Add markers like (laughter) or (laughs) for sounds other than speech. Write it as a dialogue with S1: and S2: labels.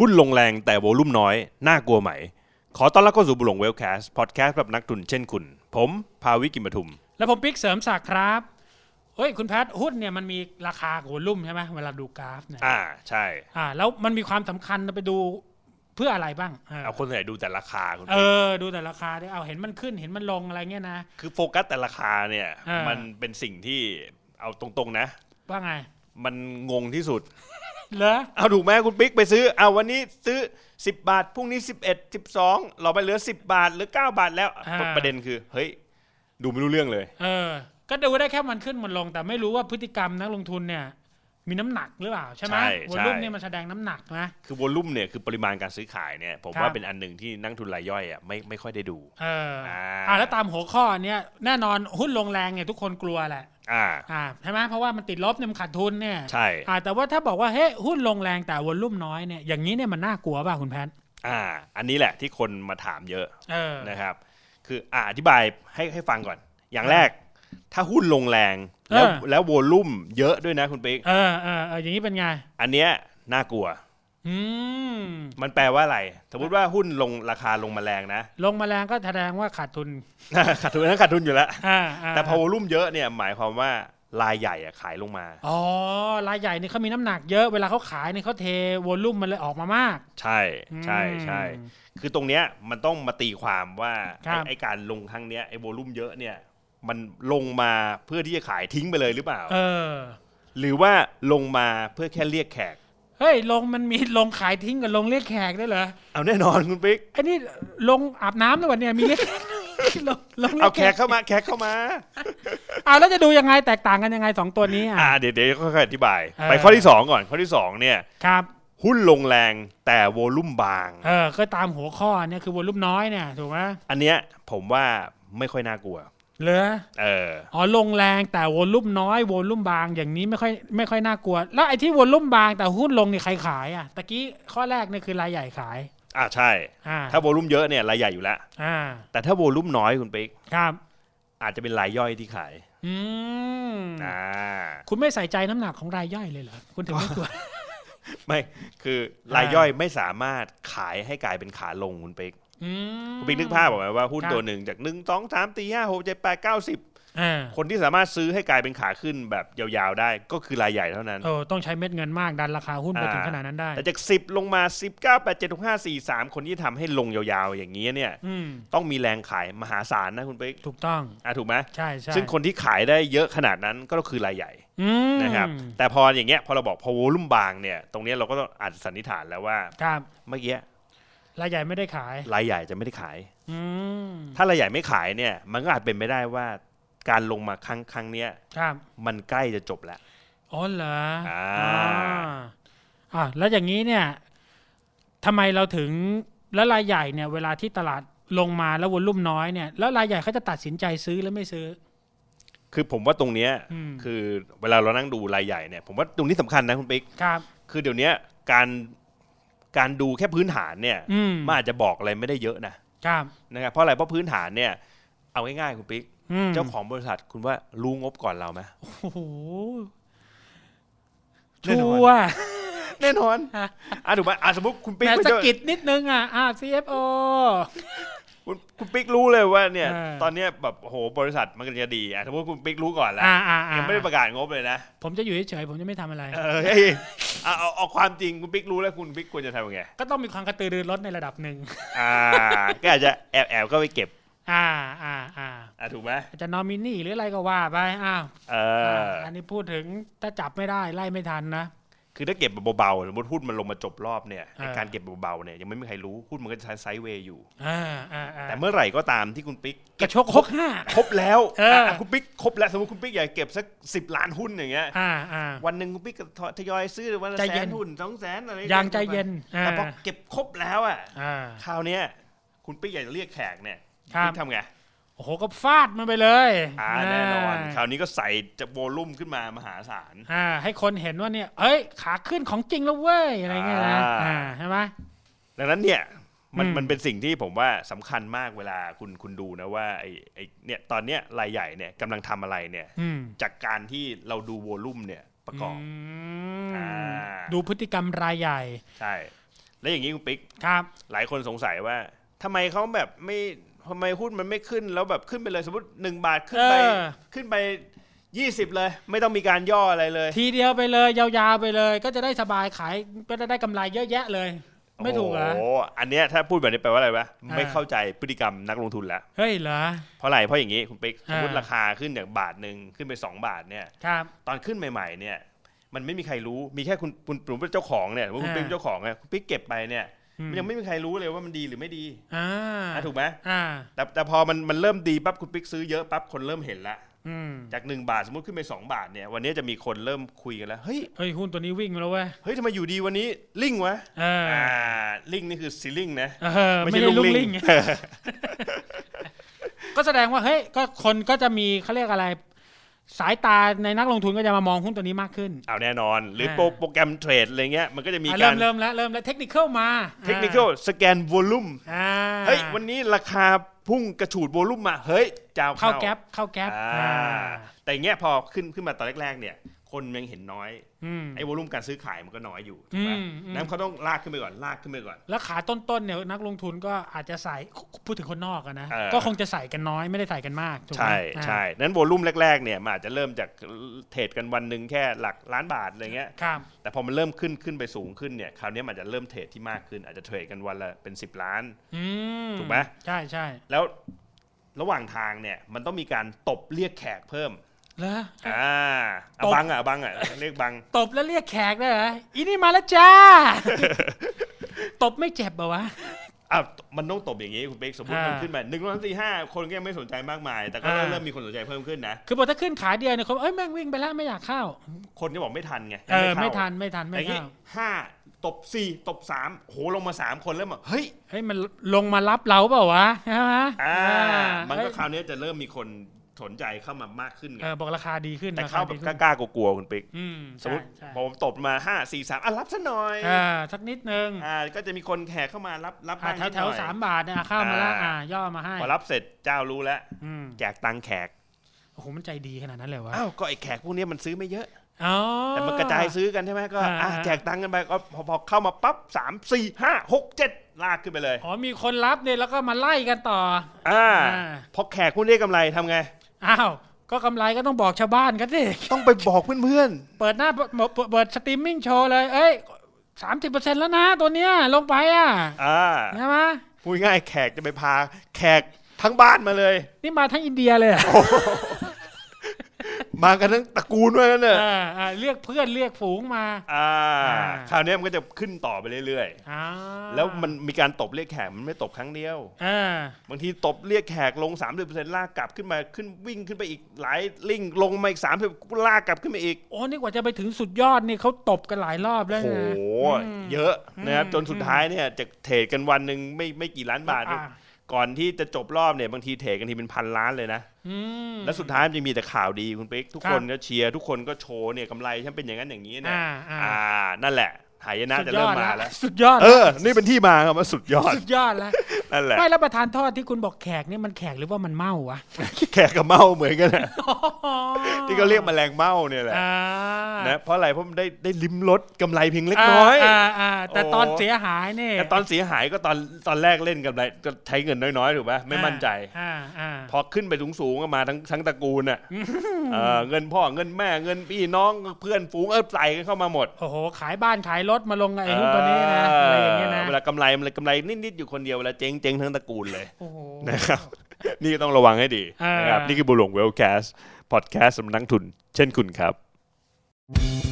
S1: หุ้นลงแรงแต่โวลุ่มน้อย น่ากลัวไหม ขอต้อนรับเข้าสู่บุหลงเวลแคสต์พอดแคสต์แบบนักทุนเช่นคุณ ผมภาวิกิมปทุม
S2: แล้วผมปิ๊กเสริมศักดิ์ครับเฮ้ยคุณแพทหุ้นเนี่ยมันมีราคาโหลุ่มใช่ไหมเวลาดูกราฟเนี่ย
S1: อ่าใช่
S2: อ่าแล้วมันมีความสำคัญเราไปดูเพื่ออะไรบ้างเออ
S1: เอาคนส่วนใหญ่ดูแต่ราคาคุณ
S2: เอ
S1: ปิ๊ก
S2: อดูแต่ราคาด้วยเอาเห็นมันขึ้นเห็นมันลงอะไรเงี้ยนะ
S1: คือโฟกัสแต่ราคาเนี่ย
S2: อ่ามั
S1: มันเป็นสิ่งที่เอาตรงๆนะ
S2: ว่าไง
S1: มันงงที่สุด
S2: เหรอ
S1: เอาถูกไหมคุณปิ๊กไปซื้อเอาวันนี้ซื้อ 10 บาทพรุ่งนี้ 11 12 เราไปเหลือ 10 บาทหรือ 9 บาทแล้วประประเด็นคือ เฮ้ย ดูไม่รู้เรื่องเลย
S2: เออ ก็ดูได้แค่มันขึ้นมันลง แต่ไม่รู้ว่าพฤติกรรมนักลงทุนเนี่ย มีน้ำหนักหรือเปล่าใช่ไหม
S1: ใช่
S2: โหลุ่ม
S1: ใช่
S2: เนี่ยมันแสดงน้ำหนักนะ
S1: คือวอลุ่มเนี่ยคือปริมาณการซื้อขายเนี่ยผม
S2: ครับ
S1: ว่าเป็นอันหนึ่งที่นักทุนรายย่อยอ่ะไม่ไม่ค่อยได้ดู
S2: เอออา อ่าแล้วตามหัวข้ออันเนี้ยแน่นอนหุ้นลงแรงเนี่ยทุกคนกลัวแหละ
S1: อ่า
S2: อ่าใช่ไหมเพราะว่ามันติดลบเนี่ยมันขาดทุนเนี่ย
S1: ใช่
S2: อ่าแต่ว่าถ้าบอกว่าเฮ้ยหุ้นลงแรงแต่วอลลุ่มน้อยเนี่ยอย่างนี้เนี่ยมันน่ากลัวป่ะคุณแพท
S1: อ่า อันนี้แหละที่คนมาถามเยอะ
S2: เออ
S1: นะครับ คืออ่าอธิบายให้ให้ฟังก่อน อย่างแรก ถ้าหุ้นลงแรงแล้วแล้ววอลุ่มเยอะด้วยนะคุณปิ๊ก
S2: เออเออเอออย่างนี้เป็นไง
S1: อันเนี้ยน่ากลัว
S2: อืม
S1: มันแปลว่าอะไร สมมติว่าหุ้นลงราคาลงมาแรงนะ
S2: (laughs) ลงมาแรงก็แสดงว่าขาดทุน
S1: ขาดทุนนั้นขาดทุนอยู่แล้ว
S2: อ่าา
S1: แต่พอวอลุ่มเยอะเนี่ยหมายความว่ารายใหญ่อะขายลงมา
S2: อ๋อรายใหญ่เนี่ยเขามีน้ำหนักเยอะเวลาเขาขายเนี่ยเขาเทวอลลุ่มมันเลยออกมามาก
S1: ใช่ใช่ใช่
S2: อืม
S1: คือตรงเนี้ยมันต้องมาตีความว่า
S2: ครั
S1: ไอ้
S2: บ
S1: ไอ้การลงครั้งเนี้ยไอ้วอลุ่มเยอะเนี่ยมันลงมาเพื่อที่จะขายทิ้งไปเลยหรือเปล่า
S2: เออ
S1: หรือว่าลงมาเพื่อแค่เรียกแขก
S2: เฮ้ยลงมันมี (laughs) ลงขายทิ้งกับลงเรียกแขกด้วยเหรอ
S1: เอาแน่นอนคุณปิ๊ก
S2: ไอ้นี่ลงอาบน้ำหรือวะเนี่ยมีเรียกแขกลงลงรีย (laughs)
S1: เอาแขกเข้ามาแขกเข้ามา
S2: เอาแล้วจะดูยังไงแตกต่างกันยังไงสองตัวนี้อ่ะ
S1: อ่าเดี๋ยวเดี๋ยวค่อยๆอธิบาย
S2: เออ
S1: ไปข้อที่สองก่อนข้อที่สองเนี่ย
S2: ครับ
S1: หุ้นลงแรงแต่วอลุ่มบาง
S2: เออก็ตามหัวข้อเนี่ยคือวอลลุ่มน้อยเนี่ยถูกไหม
S1: อันเนี้ยผมว่าไม่ค่อยน่ากลัว
S2: เหลือ
S1: เออ
S2: อ๋อลงแรงแต่วอลลุ่มน้อยวอลลุ่มบางอย่างนี้ไม่ค่อยไม่ค่อยน่ากลัว แล้วไอ้ที่วอลลุ่มบางแต่หุ้นลงนี่ใครขายอ่ะตะกี้ข้อแรกเนี่ยคือรายใหญ่ขาย
S1: อ่าใช่
S2: อ่า
S1: ถ้าวอลุ่มเยอะเนี่ยรายใหญ่อยู่แล้ว
S2: อ่า
S1: แต่ถ้าวอลุ่มน้อยคุณปิ๊ก
S2: ครับ
S1: อาจจะเป็นรายย่อยที่ขาย
S2: อืม
S1: อ่า
S2: คุณไม่ใส่ใจน้ำหนักของรายย่อยเลยเหรอคุณถึงไม่กลัว
S1: ไม่คือรายย่อยไม่สามารถขายให้กลายเป็นขาลงคุณปิ๊ก
S2: อืม
S1: คุณปิ๊กนึกภาพออกไหมว่าหุ้น
S2: ครับ
S1: ตัวหนึ่งจากหนึ่งสองสามสี่ห้าหกเจ็ดแปดเก้าสิบ
S2: อ่า
S1: คนที่สามารถซื้อให้กลายเป็นขาขึ้นแบบยาวๆได้ก็คือรายใหญ่เท่านั้น
S2: โอ้ต้องใช้เม็ดเงินมากดันราคาหุ้นไปถึงขนาดนั้นได้
S1: แต่จากสิบลงมาสิบเก้าแปดเจ็ดหกห้าสี่สามคนที่ทำให้ลงยาวๆอย่างนี้ยเนี่ย
S2: อืม
S1: ต้องมีแรงขายมหาศาลนะคุณปิ๊ก
S2: ถูกต้อง
S1: อ่ะถูกไหม
S2: ใช่ใช่
S1: ซึ่งคนที่ขายได้เยอะขนาดนั้นก็คือรายใหญ่
S2: อืม
S1: นะครับแต่พออย่างเงี้ยพอเราบอกพอวอลุ่มบางเนี่ยตรงเนี้ยเราก็ต้องอาจสันนิษฐานแล้วว่า
S2: ครับ
S1: เมื่อกี้
S2: รายใหญ่ไม่ได้ขาย
S1: รายใหญ่จะไม่ได้ขาย
S2: อืม
S1: ถ้ารายใหญ่ไม่ขายเนี่ยมันก็อาจเป็นไปได้ว่าการลงมาครั้งครั้งเนี้ย
S2: ครับ
S1: มันใกล้จะจบแล้ว
S2: อ๋อเหรอ
S1: อ่า
S2: อ่าอ่ะแล้วอย่างนี้เนี่ยทำไมเราถึงแล้วรายใหญ่เนี่ย เวลาที่ตลาดลงมาแล้ววอลลุ่มน้อยเนี่ยแล้วรายใหญ่เขาจะตัดสินใจซื้อหรือไม่ซื้อ
S1: คือผมว่าตรงเนี้ย
S2: อืม
S1: คือเวลาเรานั่งดูรายใหญ่เนี่ยผมว่าตรงนี้สำคัญนะคุณปิ๊ก
S2: ครับ
S1: คือเดี๋ยวเนี้ยการการดูแค่พื้นฐานเนี่ย
S2: อืม
S1: มันอาจจะบอกอะไรไม่ได้เยอะนะครับ นะครับเพราะอะไรเพราะพื้นฐานเนี่ยเอาง่ายๆคุณปิ๊ก
S2: อืม
S1: เจ้าของบริษัทคุณว่ารู้งบก่อนเราไหม
S2: โอ้โห
S1: แน่
S2: ชั
S1: นอน
S2: วร์
S1: แน่นอนอ่ะถูกไหมอ่ะสมมติคุณปิ๊ก
S2: แต่
S1: เป็น
S2: สะ
S1: เจ้า
S2: กิดนิดนึงอ่ะอ่า CFO
S1: คุณคุณปิ๊กรู้เลยว่าเนี่ย
S2: เออ
S1: ตอนเนี้ยแบบโอ้โหบริษัทมันกำลังจะดีอ่ะสมมติคุณปิ๊กรู้ก่อนแล้ว
S2: อ่าอ่าอ่า
S1: ยังไม่ได้ประกาศงบเลยนะ
S2: ผมจะอยู่เฉยๆผมจะไม่ทำอะไร
S1: เออเฮ้ยเอาเอาเอาความจริงคุณปิ๊กรู้แล้วคุณปิ๊กควรจะทำยังไง
S2: ก็ต้องมีความกระตือรือร้นในระดับหนึ่ง
S1: อ่า ก็อาจจะแอบแอบก็ไปเก็บ
S2: อ่าอ่าอ่า
S1: อ่ะถูกไหม
S2: อาจจะนอมินีหรืออะไรก็ว่าไปอ้าว
S1: เออ
S2: อันนี้พูดถึงถ้าจับไม่ได้ไล่ไม่ทันนะ
S1: คือถ้าเก็บเบาๆสมมติหุ้นมันลงมาจบรอบเนี่ย
S2: เออ
S1: ไอ้การเก็บเบาๆเนี่ยยังไม่มีใครรู้หุ้นมันก็จะไซด์เวย์อยู่
S2: อ่าอ่าอ่า
S1: แต่เมื่อไหร่ก็ตามที่คุณปิ๊ก
S2: กระโชกหกห้า
S1: ครบแล้ว
S2: เอออ่
S1: ะคุณปิ๊กครบแล้วสมมติคุณปิ๊กอยากเก็บสักสิบล้านหุ้นอย่างเงี้ย
S2: อ่าอ่า
S1: วันหนึ่งคุณปิ๊กก็ทยอยซื้อวันละ
S2: ใจ
S1: แส
S2: เย็
S1: น
S2: น
S1: หุ้นสองแสนอะไร
S2: ยางใจเย็นอ่า
S1: แต่พอเก็บครบแล้วอ่ะ
S2: อ่า
S1: คราวเนี้ยคุณปิ๊กอยากจะเรียกแขกเนี่ย
S2: ครับ
S1: ณปิ๊กทำไง
S2: โอ้โหก็ฟาดมันไปเลย
S1: อ่าแน่นอน ครา
S2: าว
S1: นี้ก็ใส่จะโวลุ่มขึ้นมามหาศาล
S2: อ่า ให้คนเห็นว่าเนี่ย เอ้ย ขาขึ้นของจริงแล้วเว้ยอะไรเงี้ยนะ
S1: อ่า
S2: อ่าใช่ไหม
S1: ดังนั้นเนี่ย มัน
S2: อืม
S1: มันเป็นสิ่งที่ผมว่าสำคัญมากเวลาคุณคุณดูนะว่าไอ้ไอ้เนี่ยตอนเนี้ยรายใหญ่เนี่ยกำลังทำอะไรเนี่ย
S2: อืม
S1: จากการที่เราดูวอลลุ่มเนี่ยประกอบ
S2: ม
S1: อ่า
S2: ดูพฤติกรรมรายใหญ่
S1: ใช่ และอย่างนี้คุณปิ๊ก
S2: ครับ
S1: หลายคนสงสัยว่าทำไมเขาแบบไม่ทำไมหุ้นมันไม่ขึ้นแล้วแบบขึ้นไปเลยสมมติหนึ่งบาทขึ้นไป
S2: เออ
S1: ขึ้นไปยี่สิบเลย ไม่ต้องมีการย่ออะไรเลย
S2: ทีเดียวไปเลยยาวๆไปเลย ก็จะได้สบายขายก็จะได้กำไรเยอะแยะเลย ไม่ถูกเหรอ
S1: โอ้โหอันเนี้ยถ้าพูดแบบนี้แปลว่าอะไรวะ
S2: อ่า
S1: ไม่เข้าใจพฤติกรรมนักลงทุนแล้ว
S2: เฮ้ยเหรอ
S1: เพราะอะไร เพราะอย่างนี้คุณปิ๊ก สม
S2: อ่า
S1: มติราคาขึ้นอย่างบาทหนึ่งขึ้นไป 2 บาทเนี่ย
S2: ครับ
S1: ตอนขึ้นใหม่ ๆ เนี่ย มันไม่มีใครรู้ มีแค่คุณคุณผมเป็นเจ้าของเนี่ยว่าคุณ
S2: อ่า
S1: ปิ๊กเป็นเจ้าของเนี่ยคุณปิ๊กเก็บไปเนี่ย
S2: อื
S1: มันยังไม่มีใครรู้เลยว่ามันดีหรือไม่ดี
S2: อ่า
S1: อ่ะถูกไหม
S2: อ่า
S1: แต่แต่พอมันมันเริ่มดีปั๊บคุณปิ๊กซื้อเยอะปั๊บคนเริ่มเห็นละ
S2: อืม
S1: จาก1บาทสมมติขึ้นไป2บาทเนี่ยวันนี้จะมีคนเริ่มคุยกันแล้วเฮ้ย
S2: เฮ้ยหุ้นตัวนี้วิ่งมาแล้วเว้ย
S1: เฮ้ยทำไมอยู่ดีวันนี้ลิงวะ
S2: เออ
S1: อ่าลิงนี่คือซีลิงนะ
S2: เออไม่ได้ลุกลิ่ง (laughs) ก็แสดงว่าเฮ้ยก็คนก็จะมีเขาเรียกอะไร สายตาในนักลงทุนก็จะมามองหุ้นตัวนี้มากขึ้น
S1: เอาแน่นอน หรือ
S2: เออ
S1: โปรโปรแกรมเทรดอะไรเงี้ยมันก็จะมี
S2: อ่ะ
S1: กา
S2: เริ่
S1: ร
S2: มเริ่มแล้วเริ่มแล้วเทคนิคมา
S1: เทคนิคอลสแกนวอลลุ่ม
S2: อ่า
S1: เฮ้ยวันนี้ราคาพุ่งกระฉูดวอลลุ่มมา เฮ้ยจะเอา
S2: เข้าแก๊ปเข้าแก๊ป
S1: อ่า
S2: อ่า
S1: แต่อย่างเงี้ยพอขึ้นขึ้นมาตอนแรกๆเนี่ยคนยังเห็นน้อย
S2: อืม
S1: ไอ้วอลลุ่มการซื้อขายมันก็น้อยอยู่ถูกไหม
S2: อืมอืม
S1: นั้นเขาต้องลากขึ้นไปก่อนลากขึ้นไปก่อน
S2: แล้วขาต้นๆเนี่ยนักลงทุนก็อาจจะใส่พูดถึงคนนอกอะนะ
S1: เออ
S2: ก็คงจะใส่กันน้อยไม่ได้ใส่กันมากถูกไหม
S1: ใช่
S2: อ่า
S1: ใช่นั้นวอลลุ่มแรกๆเนี่ยมันอาจจะเริ่มจากเทรดกันวันหนึ่งแค่หลักล้านบาทอะไรเงี้ย
S2: ครับ
S1: แต่พอมันเริ่มขึ้นขึ้นไปสูงขึ้นเนี่ยคราวเนี้ยมันอาจจะเริ่มเทรดที่มากขึ้น อาจจะเทรดกันวันละเป็น 10 ล้าน
S2: อื
S1: ถูกไหม
S2: ใช่ใช่
S1: แล้วระหว่างทางเนี่ยมันต้องมีการตบเรียกแขกเพิ่ม
S2: แล้ว
S1: อ่าอ่ะ
S2: ตบ
S1: บังอ่ะบังอ่ะเรียกบัง
S2: ตบแล้วเรียกแขกได้เหรออีนี่มาแล้ว
S1: (laughs)
S2: จ้า ตบไม่เจ็บเหรอวะ
S1: อ่ะมันต้องตบอย่างนี้คุณเป๊กสมมติ
S2: อ่ามั
S1: มันขึ้นมาหนึ่งร้อยสี่ห้าคนก็ยังไม่สนใจมากมาย แต่ก็
S2: อ่า
S1: เริ่มมีคนสนใจเพิ่มขึ้นนะ
S2: คือพอถ้าขึ้นขาเดียวเนี่ยเขาเอ้ยแม่งวิ่งไปแล้วไม่อยากเข้า
S1: คนจะบอกไม่ทันไง
S2: เออ
S1: เข้า
S2: ไม่ทันไม่ทันไม่
S1: อย่างนี้
S2: เข้า
S1: ห้าตบสี่ตบสามโหลงมาสามคนเริ่มแบบเฮ้ย
S2: เฮ้ยมันลงมารับเราเปล่าวะใช่ไหม
S1: อ่ามันก็
S2: เฮ้ย
S1: คราวนี้จะเริ่มมีคนสนใจเข้ามามากขึ้นไง
S2: เออบอกราคาดีขึ้น
S1: แต่
S2: รค
S1: เข้าแบ
S2: ดี
S1: บ
S2: ขึ้น
S1: กล้าๆกลัวๆคุณปิ๊ก
S2: อืม
S1: สมมติ
S2: ใช่
S1: พอผมตบมาห้าสี่สามอ่ะรับซะหน่อย
S2: ใช่เออสักนิดนึง
S1: อ่าก็จะมีคนแขกเข้ามารับรับ
S2: อ่ะ
S1: บ้าง
S2: แถ
S1: นิ
S2: ว
S1: ดหน่อ
S2: แถว
S1: ย
S2: สามบาทเนี่ยอ่ะเข้ามาละ
S1: อ่า
S2: อ่ะย่อมาให้
S1: พอรับเสร็จเจ้ารู้แล้ว
S2: อืม
S1: แจกตังค์แขก
S2: โอ้โหมันใจดีขนาดนั้นเลยวะ
S1: อ้าวก็ไอ้แขกพวกนี้มันซื้อไม่เยอะ
S2: อ๋อ
S1: แต่มันกระจายซื้อกันใช่ไหมก็
S2: อ่า
S1: อ่ะแจกตังค์กันไปก็พอพอเข้ามาปั๊บสามสี่ห้าหกเจ็ดลากขึ้นไปเลย
S2: อ๋อมีคนรับเนี่ยแล้วก็มาไล่กันต่อ
S1: อ่า
S2: อ่า
S1: พอแขกพวกนี้กำไรทำไง
S2: อ้าวก็กำไรก็ต้องบอกชาวบ้านกันสิ
S1: ต้องไปบอกเพื่อน
S2: เปิดหน้าเปิดเปิดเปิดสตรีมมิ่งโชว์เลย เอ้ยสามสิบเปอร์เซ็นต์แล้วนะตัวเนี้ยลงไปอ่ะ
S1: ๆอ่า
S2: ใช่ไหม
S1: พูดง่ายๆแขกจะไปพาแขกทั้งบ้านมาเลย
S2: นี่มาทั้งอินเดียเลยอะ
S1: มากันทั้งตระกูลว่ากันเนอะ
S2: เออเออเรียกเพื่อนเรียกฝูงมา
S1: อ่า
S2: อ่า
S1: คราวเนี้ยมันก็จะขึ้นต่อไปเรื่อย
S2: อ่า
S1: ๆ แล้วมันมีการตบเรียกแขกมันไม่ตบครั้งเดียว
S2: เออบ
S1: างทีตบเรียกแขกลง 30%ลากกลับขึ้นมาขึ้นวิ่งขึ้นไปอีกหลายลิงลงมาอีก30ลากกลับขึ้นมาอีก
S2: โอ้นี่กว่าจะไปถึงสุดยอดนี่เขาตบกันหลายรอบแล้
S1: โอ้
S2: ว
S1: โห
S2: นะ
S1: เยอะนะครับ
S2: อืม
S1: จนสุดท้ายเนี่ยจะเทรดกันวันหนึ่งไม่ไม่กี่ล้านบาท
S2: อ่า
S1: ก่อนที่จะจบรอบเนี่ยบางทีเทรดกันทีเป็นพันล้านเลยนะ
S2: อืม
S1: แล้วสุดท้ายมันจะมีแต่ข่าวดีคุณปิ๊กทุก
S2: ครับ
S1: คนก็เชียร์ทุกคนก็โชว์เนี่ยกำไรฉันเป็นอย่างนั้นอย่างนี้เนี่ย
S2: อ่าอ่า
S1: อ่า นั่นแหละหายนะ
S2: สุด
S1: จะ
S2: ย
S1: เริ่
S2: อ
S1: ม
S2: ด
S1: มา
S2: แล้
S1: แล้ว ว
S2: สุดยอด
S1: เออ นี่เป็นที่มาครับว่าสุดยอด
S2: (laughs) สุดยอดแล้ว
S1: นั่นแหละ
S2: ไม่รับประทานโทษที่คุณบอกแขกนี่มันแขกหรือว่ามันเมาวะ
S1: แขกกับเมาเหมือนกันนะที่เขาเรียกแมลงเมาเนี่ยแหละ
S2: อ่า
S1: นะเพราะอะไรเพราะมันได้ได้ลิ้มรสกำไรเพียงเล็กน้อย
S2: าาอ่าแต่
S1: โอ้
S2: ตอนเสียหายเนี่ย
S1: แต่ตอนเสียหายก็ตอนตอนแรกเล่นกำไรก็ใช้เงินน้อยๆถูกไหมไม่มั่นใจ
S2: อ่าอ่า
S1: พอขึ้นไปสูงๆก็มาทั้งทั้งตระกูล
S2: (laughs)
S1: น่ะเออเงินพ่อเงินแม่เงินพี่น้องเพื่อนฝูงเออใส่กันเข้ามาหมด
S2: โอ้โห ขายบ้านขายรถมาลงกับไอ้หุ้นตัวนี้นะอะไรอย่างเงี้ยนะ
S1: เวลากำไรมันเลยกำไรนิดๆอยู่คนเดียวเวลาเจ๊งเจ๊งทั้งตระกูลเลย (laughs)
S2: โอ้โห
S1: นะครับ นี่ก็ต้องระวังให้ดี
S2: อ่าน
S1: นะครับนี่คือบุหลวงเวลแคส พอดแคสต์สำนักทุน เช่นคุณครับ